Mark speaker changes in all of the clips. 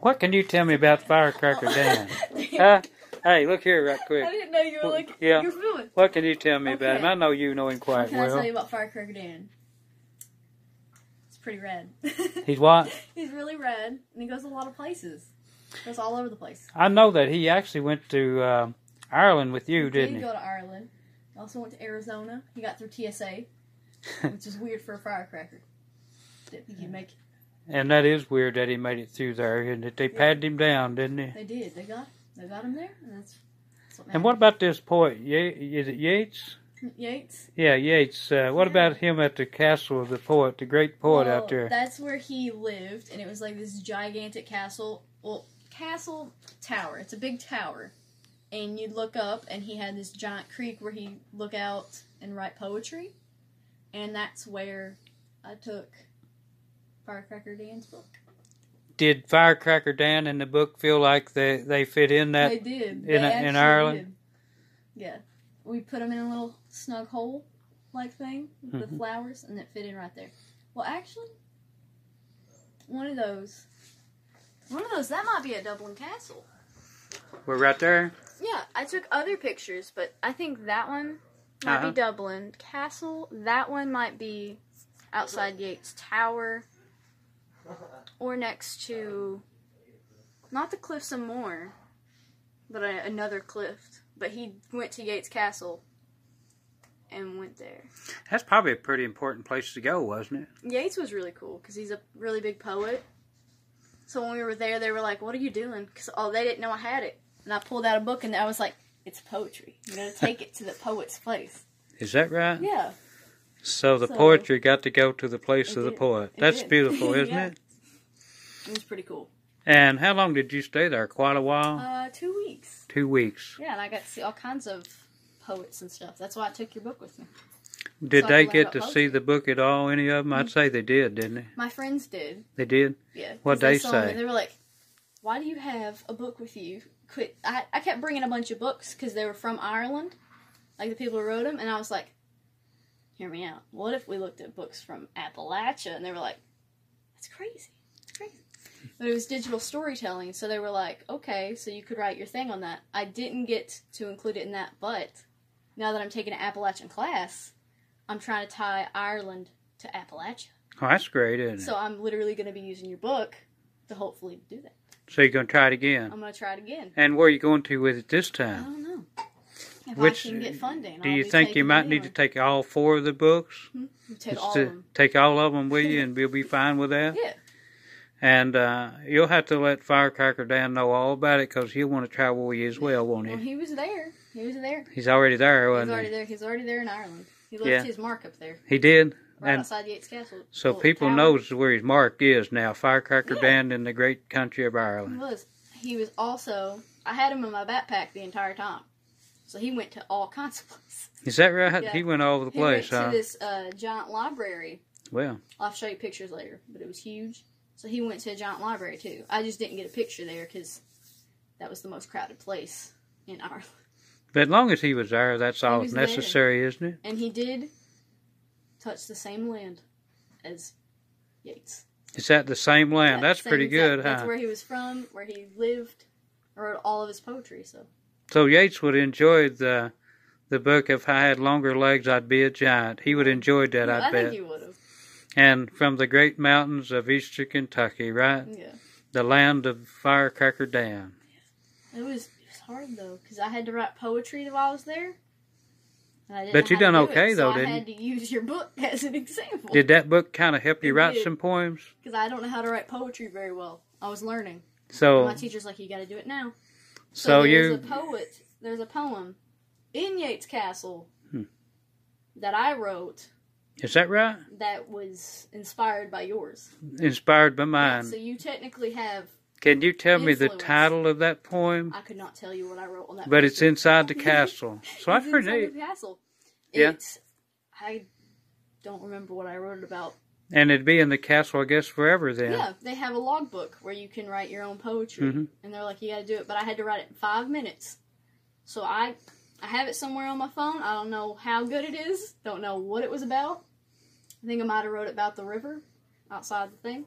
Speaker 1: What can you tell me about Firecracker Dan? Uh, hey, look here, right
Speaker 2: I
Speaker 1: quick.
Speaker 2: didn't know you were
Speaker 1: Well,
Speaker 2: looking.
Speaker 1: yeah.
Speaker 2: You're fluent.
Speaker 1: What can you tell me about
Speaker 2: Okay.
Speaker 1: him? I know you know him
Speaker 2: What
Speaker 1: quite
Speaker 2: can I tell you
Speaker 1: well.
Speaker 2: about Firecracker Dan? It's pretty red.
Speaker 1: He's what?
Speaker 2: He's really red, and he goes a lot of places. Goes all over the place.
Speaker 1: I know that he actually went to uh, Ireland with you,
Speaker 2: he?
Speaker 1: didn't he?
Speaker 2: go to Ireland. He also went to Arizona. He got through TSA, which is weird for a firecracker. Didn't think he'd make it.
Speaker 1: And that is weird that he made it through there, and that they patted him down, didn't they?
Speaker 2: They did. They got. They got him there, and that's. that's what
Speaker 1: And what about this poet? Ye- is it Yeats?
Speaker 2: mattered. Yates?
Speaker 1: Yeah, Yeats. Uh, what
Speaker 2: Yeah.
Speaker 1: about him at the castle of the poet, the great poet
Speaker 2: Well,
Speaker 1: out there?
Speaker 2: That's where he lived, and it was like this gigantic castle. Well, castle tower. It's a big tower, and you'd look up, and he had this giant creek where he would look out and write poetry, and that's where I took Firecracker Dan's book.
Speaker 1: Did Firecracker Dan in the book feel like they, they fit in that?
Speaker 2: they did
Speaker 1: in- in
Speaker 2: They actually
Speaker 1: Ireland?
Speaker 2: did. Yeah, we put them in a little snug hole like thing with the
Speaker 1: Mhm.
Speaker 2: flowers, and it fit in right there. Well, actually, one of those, one of those that might be at Dublin Castle.
Speaker 1: We're right there.
Speaker 2: Yeah, I took other pictures, but I think that one might
Speaker 1: Uh-huh.
Speaker 2: be Dublin Castle. That one might be outside Yates Tower, or next to not the cliffs of Moher, but a, another cliff. But he went to Yates Castle and went there.
Speaker 1: That's probably a pretty important place to go, wasn't it?
Speaker 2: Yates was really cool because he's a really big poet. So when we were there, they were like, "What are you doing?" Because oh, they didn't know I had it, and I pulled out a book and I was like, "It's poetry. You know, take it to the poet's place."
Speaker 1: Is that right?
Speaker 2: Yeah,
Speaker 1: So the
Speaker 2: So-
Speaker 1: poetry got to go to the place
Speaker 2: It
Speaker 1: of the
Speaker 2: did.
Speaker 1: poet.
Speaker 2: It
Speaker 1: That's
Speaker 2: did.
Speaker 1: beautiful, isn't
Speaker 2: Yeah.
Speaker 1: it?
Speaker 2: it was pretty cool.
Speaker 1: And how long did you stay there? Quite a while?
Speaker 2: Uh, two weeks.
Speaker 1: Two weeks.
Speaker 2: Yeah, and I got to see all kinds of poets and stuff. That's why I took your book with me.
Speaker 1: Did
Speaker 2: so I
Speaker 1: they
Speaker 2: learned
Speaker 1: get
Speaker 2: about Mm-hmm.
Speaker 1: to
Speaker 2: poetry.
Speaker 1: see the book at all? Any of them? I'd say they did, didn't they?
Speaker 2: My friends did.
Speaker 1: They did.
Speaker 2: Yeah. 'cause
Speaker 1: What'd they
Speaker 2: saw me
Speaker 1: say?
Speaker 2: and They were like, "Why do you have a book with you?" Quit. I, I kept bringing a bunch of books because they were from Ireland, like the people who wrote them, and I was like, "Hear me out. What if we looked at books from Appalachia?" And they were like, "That's crazy. That's crazy." But it was digital storytelling, so they were like, "Okay, so you could write your thing on that." I didn't get to include it in that, but now that I'm taking an Appalachian class, I'm trying to tie Ireland to Appalachia.
Speaker 1: Oh, that's great, isn't it?
Speaker 2: So I'm literally going to be using your book to hopefully do that.
Speaker 1: So you're going to try it again.
Speaker 2: I'm going to try it again.
Speaker 1: and where are you going to with it this
Speaker 2: I
Speaker 1: time?
Speaker 2: don't know if
Speaker 1: Which-
Speaker 2: I can get funding.
Speaker 1: Do
Speaker 2: I'll
Speaker 1: you
Speaker 2: uh, be
Speaker 1: think you
Speaker 2: taking
Speaker 1: might
Speaker 2: it
Speaker 1: need to
Speaker 2: anyway.
Speaker 1: take all four of the books?
Speaker 2: You take
Speaker 1: Just
Speaker 2: all
Speaker 1: to
Speaker 2: of them.
Speaker 1: Take all of them with you, and you'll be fine with that.
Speaker 2: Yeah,
Speaker 1: And uh, you'll have to let Firecracker Dan know all about it because he'll want to travel with you as well, won't
Speaker 2: well,
Speaker 1: he?
Speaker 2: he was there. He was there.
Speaker 1: He's already there,
Speaker 2: He's
Speaker 1: wasn't
Speaker 2: already
Speaker 1: he?
Speaker 2: there. He's already there in Ireland. He left
Speaker 1: Yeah.
Speaker 2: his mark up there,
Speaker 1: He did.
Speaker 2: right
Speaker 1: And-
Speaker 2: outside Yates Castle.
Speaker 1: So
Speaker 2: Well,
Speaker 1: people
Speaker 2: tower.
Speaker 1: knows where his mark is now. Firecracker
Speaker 2: Yeah.
Speaker 1: Dan in the great country of
Speaker 2: He
Speaker 1: Ireland.
Speaker 2: was. He was also. I had him in my backpack the entire time, so he went to all kinds of places.
Speaker 1: Is that right?
Speaker 2: Yeah.
Speaker 1: He went all over the
Speaker 2: He
Speaker 1: place,
Speaker 2: went
Speaker 1: huh?
Speaker 2: to this uh, giant library
Speaker 1: Well,
Speaker 2: I'll show you pictures later, but it was huge. So he went to a giant library too. I just didn't get a picture there because that was the most crowded place in Ireland.
Speaker 1: but as long as he was there, that's all
Speaker 2: was there.
Speaker 1: necessary, isn't it?
Speaker 2: And he did touch the same land as Yeats.
Speaker 1: It's at the same land.
Speaker 2: That
Speaker 1: that's
Speaker 2: same
Speaker 1: pretty
Speaker 2: exact-
Speaker 1: good,
Speaker 2: That's
Speaker 1: huh?
Speaker 2: where he was from, where he lived, wrote all of his poetry. So
Speaker 1: So Yeats would enjoy the the book. If I had longer legs, I'd be a giant. He would enjoy that,
Speaker 2: I
Speaker 1: I, bet.
Speaker 2: think he would have.
Speaker 1: And from the great mountains of eastern Kentucky, right,
Speaker 2: Yeah.
Speaker 1: the land of Firecracker Dan.
Speaker 2: It was it was hard though because I had to write poetry while I was there. And I didn't know
Speaker 1: But you
Speaker 2: how to
Speaker 1: done
Speaker 2: do
Speaker 1: okay,
Speaker 2: it,
Speaker 1: though,
Speaker 2: so
Speaker 1: didn't
Speaker 2: I had to use your book as an example.
Speaker 1: Did that book kind of help you
Speaker 2: It
Speaker 1: write
Speaker 2: did.
Speaker 1: some poems?
Speaker 2: because I don't know how to write poetry very well. I was learning.
Speaker 1: So,
Speaker 2: My teacher's like, you got to do it now.
Speaker 1: so,
Speaker 2: there's
Speaker 1: you
Speaker 2: a poet. There's a poem in Yates Castle
Speaker 1: Hmm.
Speaker 2: that I wrote
Speaker 1: is that right?
Speaker 2: that was inspired by yours.
Speaker 1: Inspired by mine.
Speaker 2: so you technically have.
Speaker 1: Can you tell me the
Speaker 2: Influence.
Speaker 1: title of that poem?
Speaker 2: I could not tell you what I wrote on that.
Speaker 1: But it's inside the castle. So I
Speaker 2: It's inside
Speaker 1: pretty
Speaker 2: the castle.
Speaker 1: Yeah.
Speaker 2: It's, I don't remember what I wrote it about.
Speaker 1: and it'd be in the castle, I guess, forever then.
Speaker 2: Yeah, they have a logbook where you can write your own poetry,
Speaker 1: Mhm.
Speaker 2: and they're like, you got to do it. But I had to write it in five minutes, so I I have it somewhere on my phone. I don't know how good it is. Don't know what it was about. I think I might have wrote it about the river outside the thing.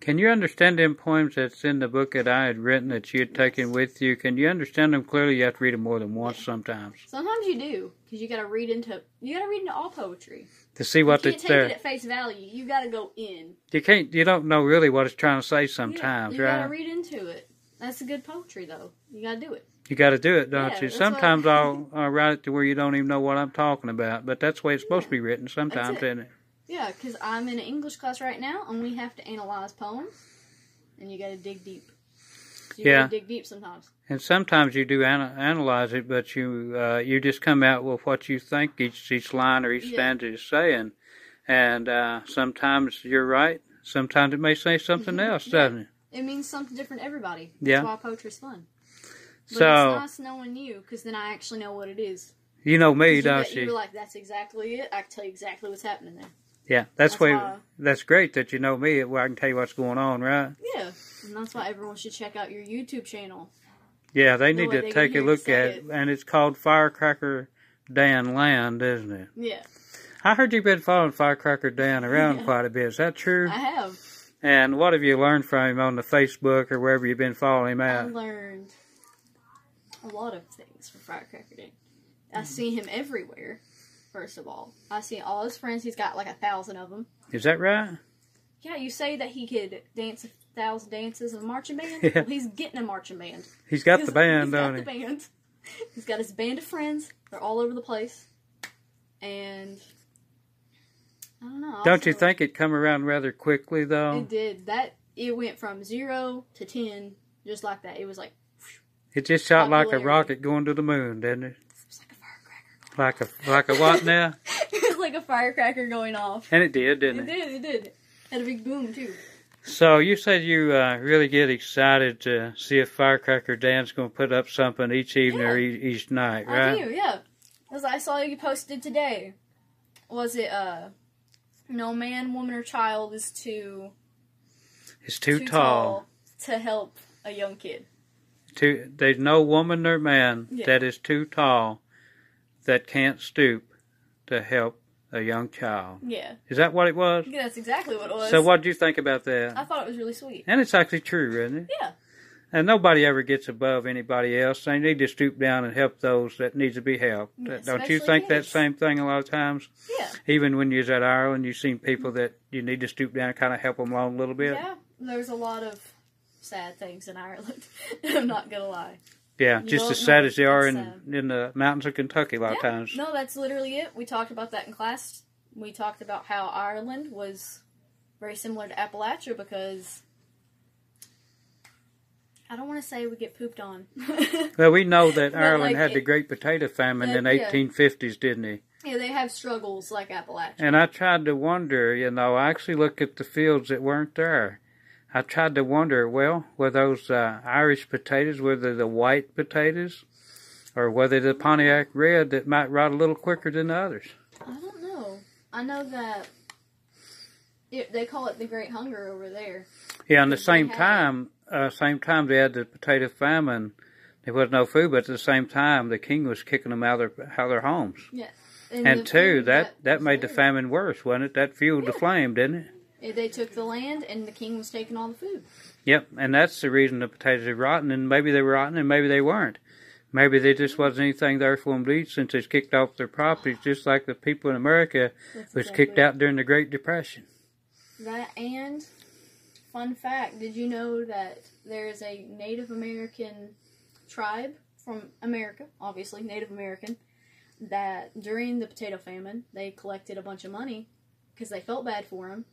Speaker 1: Can you understand them poems that's in the book that I had written that you had taken with you? Can you understand them clearly? You have to read them more than once sometimes
Speaker 2: Sometimes you do because you got to read into you got to read into all poetry.
Speaker 1: to see what
Speaker 2: you can't
Speaker 1: it's
Speaker 2: take
Speaker 1: there.
Speaker 2: it at face value. You got to go in.
Speaker 1: You can't. You don't know really what it's trying to say
Speaker 2: You-
Speaker 1: sometimes,
Speaker 2: you,
Speaker 1: right?
Speaker 2: gotta read into it. That's a good poetry though. You gotta do it.
Speaker 1: You got to do it, don't
Speaker 2: Yeah,
Speaker 1: you?
Speaker 2: that's what-
Speaker 1: Sometimes I'll, I'll write it to where you don't even know what I'm talking about, but that's the way it's supposed to be written sometimes,
Speaker 2: it.
Speaker 1: isn't it?
Speaker 2: Yeah, because I'm in an English class right now, and we have to analyze poems, and you gotta dig deep. You
Speaker 1: Yeah.
Speaker 2: gotta dig deep sometimes.
Speaker 1: And sometimes you do ana- analyze it, but you uh, you just come out with what you think each each line or each
Speaker 2: Yeah.
Speaker 1: stanza is saying, and uh, sometimes you're right. Sometimes it may say something
Speaker 2: Mm-hmm.
Speaker 1: else, doesn't it?
Speaker 2: It means something different to everybody. That's
Speaker 1: Yeah.
Speaker 2: why poetry's fun. But
Speaker 1: So-
Speaker 2: it's nice knowing you, because then I actually know what it is.
Speaker 1: You know
Speaker 2: 'Cause
Speaker 1: me,
Speaker 2: you
Speaker 1: don't
Speaker 2: You're
Speaker 1: you?
Speaker 2: like, that's exactly it. I can tell you exactly what's happening there.
Speaker 1: Yeah, that's,
Speaker 2: That's
Speaker 1: way.
Speaker 2: why-
Speaker 1: That's great that you know me. Where I can tell you what's going on, right?
Speaker 2: Yeah, and that's why everyone should check out your YouTube channel.
Speaker 1: Yeah, they
Speaker 2: No
Speaker 1: need
Speaker 2: way
Speaker 1: to
Speaker 2: they can
Speaker 1: take a
Speaker 2: hear you
Speaker 1: look
Speaker 2: say
Speaker 1: at
Speaker 2: it.
Speaker 1: it, and it's called Firecracker Dan Land, isn't it?
Speaker 2: Yeah,
Speaker 1: I heard you've been following Firecracker Dan around
Speaker 2: Yeah.
Speaker 1: quite a bit. Is that true?
Speaker 2: I have.
Speaker 1: and what have you learned from him on the Facebook or wherever you've been following him
Speaker 2: I
Speaker 1: at?
Speaker 2: learned a lot of things from Firecracker Day.
Speaker 1: Mm-hmm.
Speaker 2: I see him everywhere. First of all, I see all his friends. He's got like a thousand of them.
Speaker 1: Is that right?
Speaker 2: Yeah, you say that he could dance a thousand dances of a marching band.
Speaker 1: Yeah.
Speaker 2: Well, he's getting a marching band.
Speaker 1: He's got
Speaker 2: He's-
Speaker 1: the band,
Speaker 2: he's
Speaker 1: don't
Speaker 2: got
Speaker 1: he?
Speaker 2: the band. He's got his band of friends. They're all over the place, and I don't know. I
Speaker 1: Don't you
Speaker 2: also-
Speaker 1: think it come around rather quickly though?
Speaker 2: it did that? It went from zero to ten just like that. It was like
Speaker 1: It just shot like a
Speaker 2: popularity.
Speaker 1: rocket going to the moon, didn't it?
Speaker 2: it was like a firecracker.
Speaker 1: Like a like a what now?
Speaker 2: it was like a firecracker going off.
Speaker 1: And it did, didn't
Speaker 2: It
Speaker 1: it?
Speaker 2: did, it did. Had a big boom too.
Speaker 1: So you said you uh, really get excited to see if Firecracker Dan's going to put up something each evening or e- each night, right?
Speaker 2: I do, yeah. As I saw you posted today, was it uh, no man, woman, or child is too
Speaker 1: It's too, tall.
Speaker 2: to help a young kid.
Speaker 1: Too, there's no woman or man
Speaker 2: Yeah.
Speaker 1: that is too tall that can't stoop to help a young child.
Speaker 2: Yeah,
Speaker 1: Is that what it was?
Speaker 2: Yeah, that's exactly what it was.
Speaker 1: So what do you think about that?
Speaker 2: I thought it was really sweet.
Speaker 1: and it's actually true, isn't it?
Speaker 2: Yeah,
Speaker 1: And nobody ever gets above anybody else. They need to stoop down and help those that need to be helped.
Speaker 2: Yeah,
Speaker 1: Don't you
Speaker 2: especially
Speaker 1: think that
Speaker 2: kids.
Speaker 1: same thing a lot of times?
Speaker 2: yeah,
Speaker 1: Even when you was at Ireland, you've seen people that you need to stoop down and kind of help them along a little bit.
Speaker 2: yeah. There's a lot of sad things in Ireland. I'm not gonna lie.
Speaker 1: Yeah,
Speaker 2: You
Speaker 1: just
Speaker 2: don't
Speaker 1: as sad
Speaker 2: know.
Speaker 1: as they are in,
Speaker 2: It's, um,
Speaker 1: in the mountains of Kentucky a lot of
Speaker 2: Yeah.
Speaker 1: times.
Speaker 2: No, that's literally it. We talked about that in class. We talked about how Ireland was very similar to Appalachia because I don't want to say we get pooped on.
Speaker 1: Well, we know that
Speaker 2: But,
Speaker 1: Ireland
Speaker 2: like,
Speaker 1: had the
Speaker 2: it-
Speaker 1: Great Potato Famine
Speaker 2: That-
Speaker 1: in
Speaker 2: yeah.
Speaker 1: 1850s, didn't he?
Speaker 2: yeah, they have struggles like Appalachia.
Speaker 1: And I tried to wonder, you know, I actually looked at the fields that weren't there. I tried to wonder, well, were those uh, Irish potatoes, were they the white potatoes, or were they the Pontiac Red that might rot a little quicker than the others?
Speaker 2: I don't know. I know that it, they call it the Great Hunger over there.
Speaker 1: Yeah, and the
Speaker 2: They
Speaker 1: same
Speaker 2: had-
Speaker 1: time, uh, same time they had the potato famine. There was no food, but at the same time, the king was kicking them out of their, out of their homes. And
Speaker 2: the
Speaker 1: two,
Speaker 2: food
Speaker 1: that, that
Speaker 2: was
Speaker 1: made the
Speaker 2: there.
Speaker 1: famine worse, wasn't it? That fueled the flame, didn't it?
Speaker 2: Yeah, They took the land, and the king was taking all the food.
Speaker 1: Yep, and that's the reason the potatoes are rotten, and maybe they were rotten, and maybe they weren't. Maybe there just wasn't anything there for them to eat since it's kicked off their properties, just like the people in America
Speaker 2: That's
Speaker 1: was
Speaker 2: exactly
Speaker 1: kicked out during the Great Depression.
Speaker 2: That and fun fact, did you know that there is a Native American tribe from America, obviously Native American, that during the potato famine, they collected a bunch of money because they felt bad for them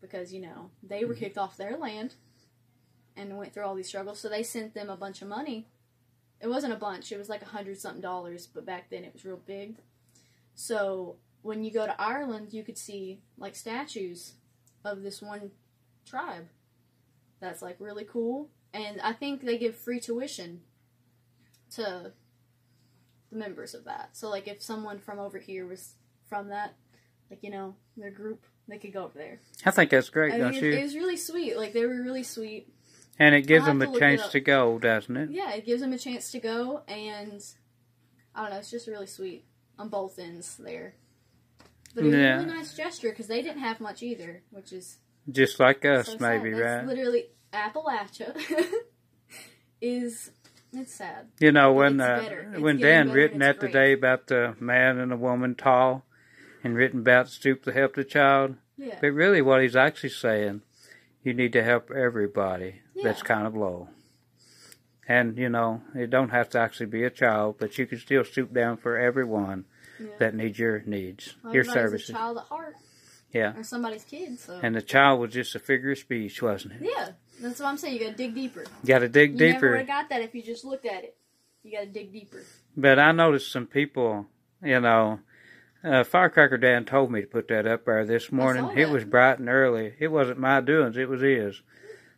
Speaker 2: because, you know, they were kicked off their land and went through all these struggles, so they sent them a bunch of money. It wasn't a bunch, it was like a hundred something dollars, but back then it was real big. So when you go to Ireland, you could see like statues of this one tribe. That's like really cool, and I think they give free tuition to the members of that. So like if someone from over here was from that, like you know their group, they could go over there.
Speaker 1: I think that's great,
Speaker 2: I
Speaker 1: don't
Speaker 2: mean, it,
Speaker 1: you?
Speaker 2: it was really sweet. Like they were really sweet.
Speaker 1: and it gives
Speaker 2: I'll have
Speaker 1: them
Speaker 2: to
Speaker 1: a
Speaker 2: look it
Speaker 1: chance
Speaker 2: up.
Speaker 1: to go, doesn't it?
Speaker 2: Yeah, it gives them a chance to go, and I don't know, it's just really sweet on both ends there. But it was
Speaker 1: Yeah.
Speaker 2: a really nice gesture because they didn't have much either, which is
Speaker 1: Just like us,
Speaker 2: So sad.
Speaker 1: maybe,
Speaker 2: That's
Speaker 1: right?
Speaker 2: Literally, Appalachia is it's sad.
Speaker 1: You know, when
Speaker 2: It's
Speaker 1: uh,
Speaker 2: better. It's
Speaker 1: when
Speaker 2: getting
Speaker 1: Dan
Speaker 2: better,
Speaker 1: written
Speaker 2: it's
Speaker 1: that
Speaker 2: great.
Speaker 1: today about the man and the woman tall, and written about stoop to help the child,
Speaker 2: Yeah,
Speaker 1: but really what he's actually saying, you need to help everybody that's
Speaker 2: Yeah.
Speaker 1: kind of low. And you know, it don't have to actually be a child, but you can still stoop down for everyone
Speaker 2: yeah.
Speaker 1: that needs your needs,
Speaker 2: Well,
Speaker 1: your
Speaker 2: everybody's A
Speaker 1: services.
Speaker 2: child at heart.
Speaker 1: Yeah.
Speaker 2: or somebody's kid. So
Speaker 1: And the child was just a figure of speech, wasn't it?
Speaker 2: yeah, that's what I'm saying. You gotta dig deeper.
Speaker 1: Got to dig
Speaker 2: You never
Speaker 1: deeper.
Speaker 2: would have got that if you just looked at it. You gotta dig deeper.
Speaker 1: But I noticed some people, you know, uh, Firecracker Dan told me to put that up there this morning.
Speaker 2: saw
Speaker 1: It
Speaker 2: that.
Speaker 1: was bright and early. It wasn't my doings, it was his.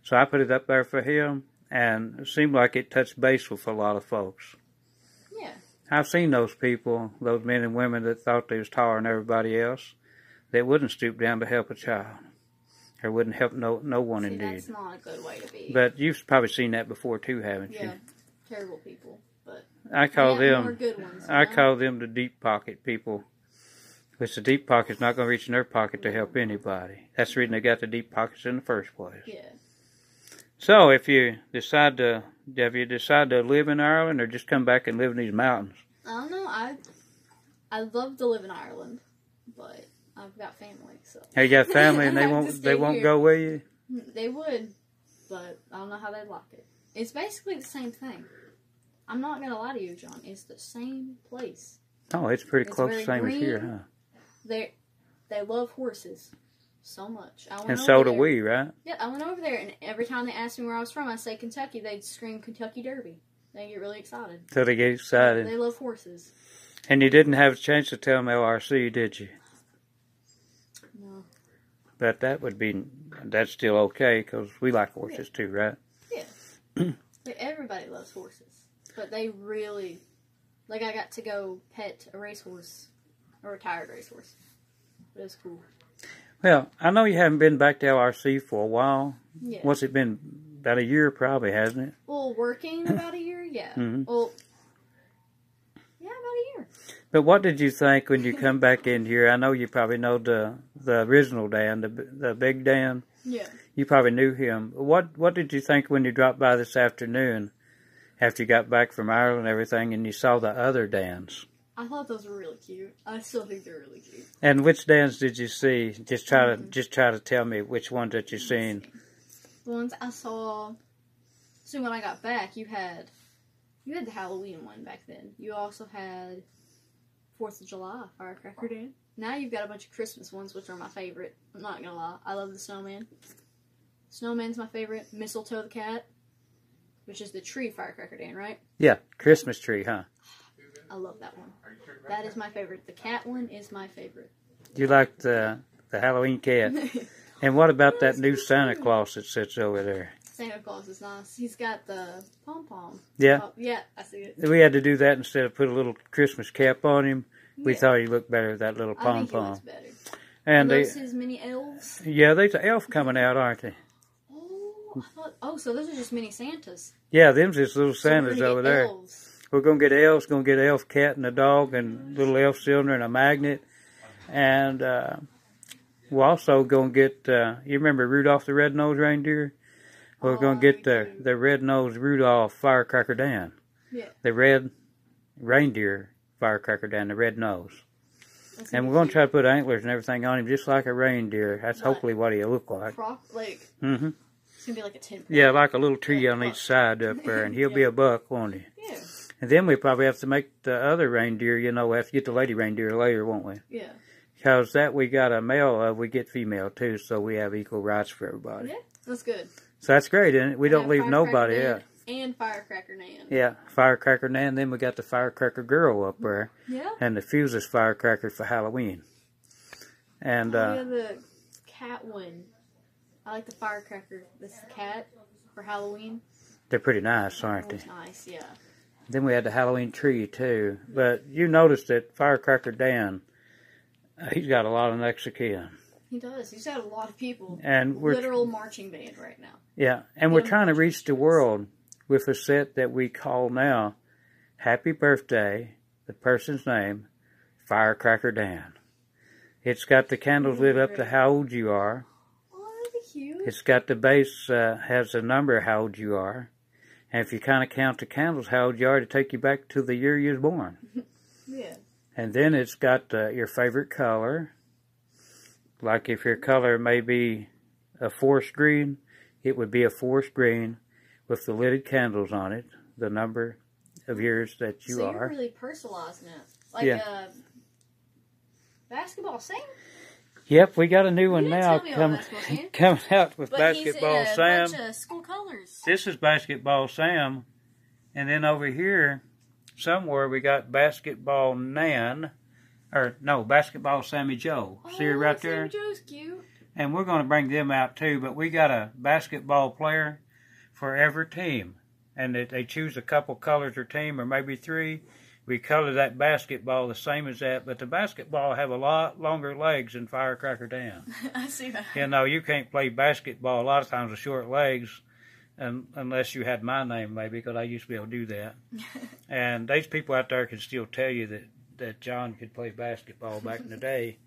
Speaker 1: So I put it up there for him, and it seemed like it touched base with a lot of folks.
Speaker 2: Yeah,
Speaker 1: I've seen those people, those men and women that thought they was taller than everybody else, that wouldn't stoop down to help a child, or wouldn't help no no one
Speaker 2: see,
Speaker 1: indeed.
Speaker 2: that's not a good way to be.
Speaker 1: But you've probably seen that before too, haven't
Speaker 2: yeah,
Speaker 1: you?
Speaker 2: terrible people. But
Speaker 1: I call
Speaker 2: yeah,
Speaker 1: them
Speaker 2: more good ones. you
Speaker 1: I
Speaker 2: know?
Speaker 1: call them the deep pocket people. Because the deep pocket's not going to reach in their pocket to help anybody. That's the reason they got the deep pockets in the first place.
Speaker 2: yeah.
Speaker 1: So if you decide to, if you decide to live in Ireland or just come back and live in these mountains,
Speaker 2: I don't know. I I love to live in Ireland, but I've got family, so
Speaker 1: hey, you got family and they
Speaker 2: Have to
Speaker 1: won't,
Speaker 2: stay
Speaker 1: they won't
Speaker 2: here.
Speaker 1: go with you.
Speaker 2: they would. But I don't know how they'd like it. It's basically the same thing. I'm not gonna lie to you, John. It's the same place.
Speaker 1: Oh, it's pretty
Speaker 2: It's
Speaker 1: close,
Speaker 2: very
Speaker 1: same as here,
Speaker 2: green.
Speaker 1: huh?
Speaker 2: They they love horses so much. I went
Speaker 1: And
Speaker 2: over
Speaker 1: so do
Speaker 2: there-
Speaker 1: we, right?
Speaker 2: Yeah, I went over there, and every time they asked me where I was from, I say Kentucky. They'd scream Kentucky Derby. They get really excited.
Speaker 1: So they get excited.
Speaker 2: They love horses.
Speaker 1: And you didn't have a chance to tell them LRC, did you?
Speaker 2: No.
Speaker 1: But that would be, that's still okay because we like horses too, right?
Speaker 2: But everybody loves horses. But they really, like, I got to go pet a racehorse, a retired racehorse. It was cool.
Speaker 1: Well, I know you haven't been back to LRC for a while.
Speaker 2: Yeah.
Speaker 1: What's it been? About a year, probably, hasn't it?
Speaker 2: Well, working about a year, yeah.
Speaker 1: Mhm.
Speaker 2: Well, yeah, about a year.
Speaker 1: But what did you think when you come back in here? I know you probably know the the original Dan, the the big Dan.
Speaker 2: Yeah.
Speaker 1: You probably knew him. What what did you think when you dropped by this afternoon, after you got back from Ireland and everything, and you saw the other Dans?
Speaker 2: I thought those were really cute. I still think they're really cute.
Speaker 1: And which Dans did you see? Just try to just try to tell me which one that you seen.
Speaker 2: The ones I saw. So when I got back, you had you had the Halloween one back then. You also had Fourth of July firecracker Dan. Now you've got a bunch of Christmas ones, which are my favorite. I'm not gonna lie, I love the snowman. Snowman's my favorite. Mistletoe the cat, which is the tree firecracker Dan, right?
Speaker 1: Yeah, Christmas tree, huh?
Speaker 2: I love that one. That is my favorite. The cat one is my favorite.
Speaker 1: You liked the the Halloween cat. And what about that new Santa Claus that sits over there?
Speaker 2: Santa Claus is nice. He's got the pom pom.
Speaker 1: Yeah.
Speaker 2: Oh, yeah, I see it.
Speaker 1: We had to do that instead of put a little Christmas cap on him. We
Speaker 2: Yeah.
Speaker 1: thought he looked better with that little
Speaker 2: I
Speaker 1: pom
Speaker 2: think he
Speaker 1: pom.
Speaker 2: looks better.
Speaker 1: And they,
Speaker 2: those his mini elves.
Speaker 1: yeah, there's an elf coming out, aren't they?
Speaker 2: Oh, I thought. Oh, so those are just mini Santas.
Speaker 1: Yeah, them's just little
Speaker 2: So we're
Speaker 1: Santas
Speaker 2: gonna
Speaker 1: over
Speaker 2: get
Speaker 1: there.
Speaker 2: elves.
Speaker 1: We're gonna get elves, gonna get elf cat and a dog and little elf cylinder and a magnet, and uh, we're also gonna get. Uh, you remember Rudolph the Red Nosed Reindeer? We're
Speaker 2: Oh,
Speaker 1: gonna get
Speaker 2: that'd
Speaker 1: the
Speaker 2: be cute.
Speaker 1: the Red Nosed Rudolph Firecracker Dan.
Speaker 2: Yeah.
Speaker 1: The red reindeer firecracker Dan, the red nose.
Speaker 2: That's
Speaker 1: And
Speaker 2: be
Speaker 1: we're going to
Speaker 2: cute.
Speaker 1: try to put antlers and everything on him, just like a reindeer. That's
Speaker 2: Right.
Speaker 1: hopefully what he'll look like.
Speaker 2: Prop, like
Speaker 1: hmm
Speaker 2: it's gonna be like a tin.
Speaker 1: Yeah, like a little tree
Speaker 2: Yeah,
Speaker 1: on
Speaker 2: buck.
Speaker 1: each side up there, and he'll be a buck, won't he?
Speaker 2: Yeah.
Speaker 1: And then we probably have to make the other reindeer, you know, we have to get the lady reindeer later, won't we?
Speaker 2: Yeah.
Speaker 1: Because that we got a male of, we get female too, so we have equal rights for everybody.
Speaker 2: Yeah. That's good.
Speaker 1: So that's great, isn't it? We
Speaker 2: I
Speaker 1: don't
Speaker 2: have
Speaker 1: leave
Speaker 2: Firecracker
Speaker 1: nobody
Speaker 2: Dan
Speaker 1: out.
Speaker 2: And Firecracker Nan.
Speaker 1: Yeah, Firecracker Nan, then we got the Firecracker Girl up there.
Speaker 2: Yeah.
Speaker 1: and the fuses firecracker for Halloween. And
Speaker 2: Oh, yeah,
Speaker 1: uh,
Speaker 2: the cat one. I like the Firecracker. This cat for Halloween.
Speaker 1: they're pretty nice,
Speaker 2: That
Speaker 1: aren't they?
Speaker 2: was nice. Yeah.
Speaker 1: Then we had the Halloween tree too. But you noticed that Firecracker Dan, uh, he's got a lot of next of kin,
Speaker 2: He does. He's had a lot of people.
Speaker 1: and we're
Speaker 2: Literal marching band right now.
Speaker 1: yeah, and we're
Speaker 2: Yeah.
Speaker 1: trying to reach the world with a set that we call now "Happy Birthday," the person's name, Firecracker Dan. It's got the candles lit up to how old you are.
Speaker 2: Oh, that'd be
Speaker 1: It's got the base uh, has a number how old you are, and if you kind of count the candles how old you are to take you back to the year you was born.
Speaker 2: Yeah.
Speaker 1: And then it's got uh, your favorite color. Like if your color may be a forest green, it would be a forest green with the lidded candles on it, the number of years that you
Speaker 3: so
Speaker 1: are.
Speaker 3: you're really personalizing it. Like
Speaker 1: Yeah.
Speaker 3: uh, basketball Sam.
Speaker 1: yep, we got a new one
Speaker 3: didn't
Speaker 1: now
Speaker 3: tell me about
Speaker 1: coming
Speaker 3: Basketball Sam.
Speaker 1: coming out with
Speaker 3: But
Speaker 1: Basketball
Speaker 3: he's in a
Speaker 1: Sam.
Speaker 3: bunch of school colors.
Speaker 1: this is Basketball Sam, and then over here, somewhere we got Basketball Nan, or no, Basketball Sammy Joe. See her
Speaker 3: Oh,
Speaker 1: right
Speaker 3: Sammy
Speaker 1: there.
Speaker 3: Joe's cute.
Speaker 1: and we're going to bring them out too. But we got a basketball player for every team, and they, they choose a couple colors or team, or maybe three. We color that basketball the same as that, but the basketball have a lot longer legs than Firecracker Dam.
Speaker 2: I see that.
Speaker 1: You know, you can't play basketball a lot of times with short legs, un unless you had my name maybe, because I used to be able to do that. and these people out there can still tell you that that John could play basketball back in the day,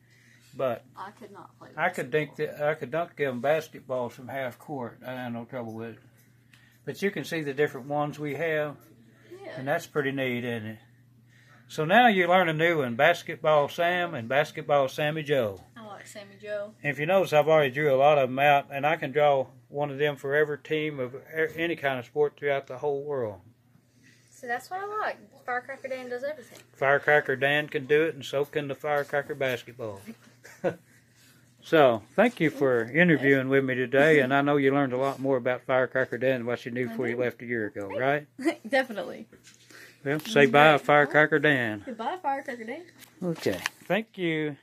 Speaker 1: but
Speaker 3: I could not play.
Speaker 1: I could dunk the, I could dunk them basketballs from half court. I had no trouble with it. But you can see the different ones we have,
Speaker 3: Yeah.
Speaker 1: and that's pretty neat, isn't it? So now you learn a new one, Basketball Sam and Basketball Sammy Joe.
Speaker 2: I like Sammy Joe.
Speaker 1: And if you notice, I've already drew a lot of them out, and I can draw one of them for every team of e- any kind of sport throughout the whole world.
Speaker 3: So that's what I like. Firecracker Dan does everything.
Speaker 1: Firecracker Dan can do it, and so can the Firecracker basketball. so, thank you for interviewing with me today, and I know you learned a lot more about Firecracker Dan than what you knew before you left a year ago, right?
Speaker 2: Definitely.
Speaker 1: Well, say bye, Firecracker Dan.
Speaker 2: Goodbye, Firecracker Day.
Speaker 1: Okay. Thank you.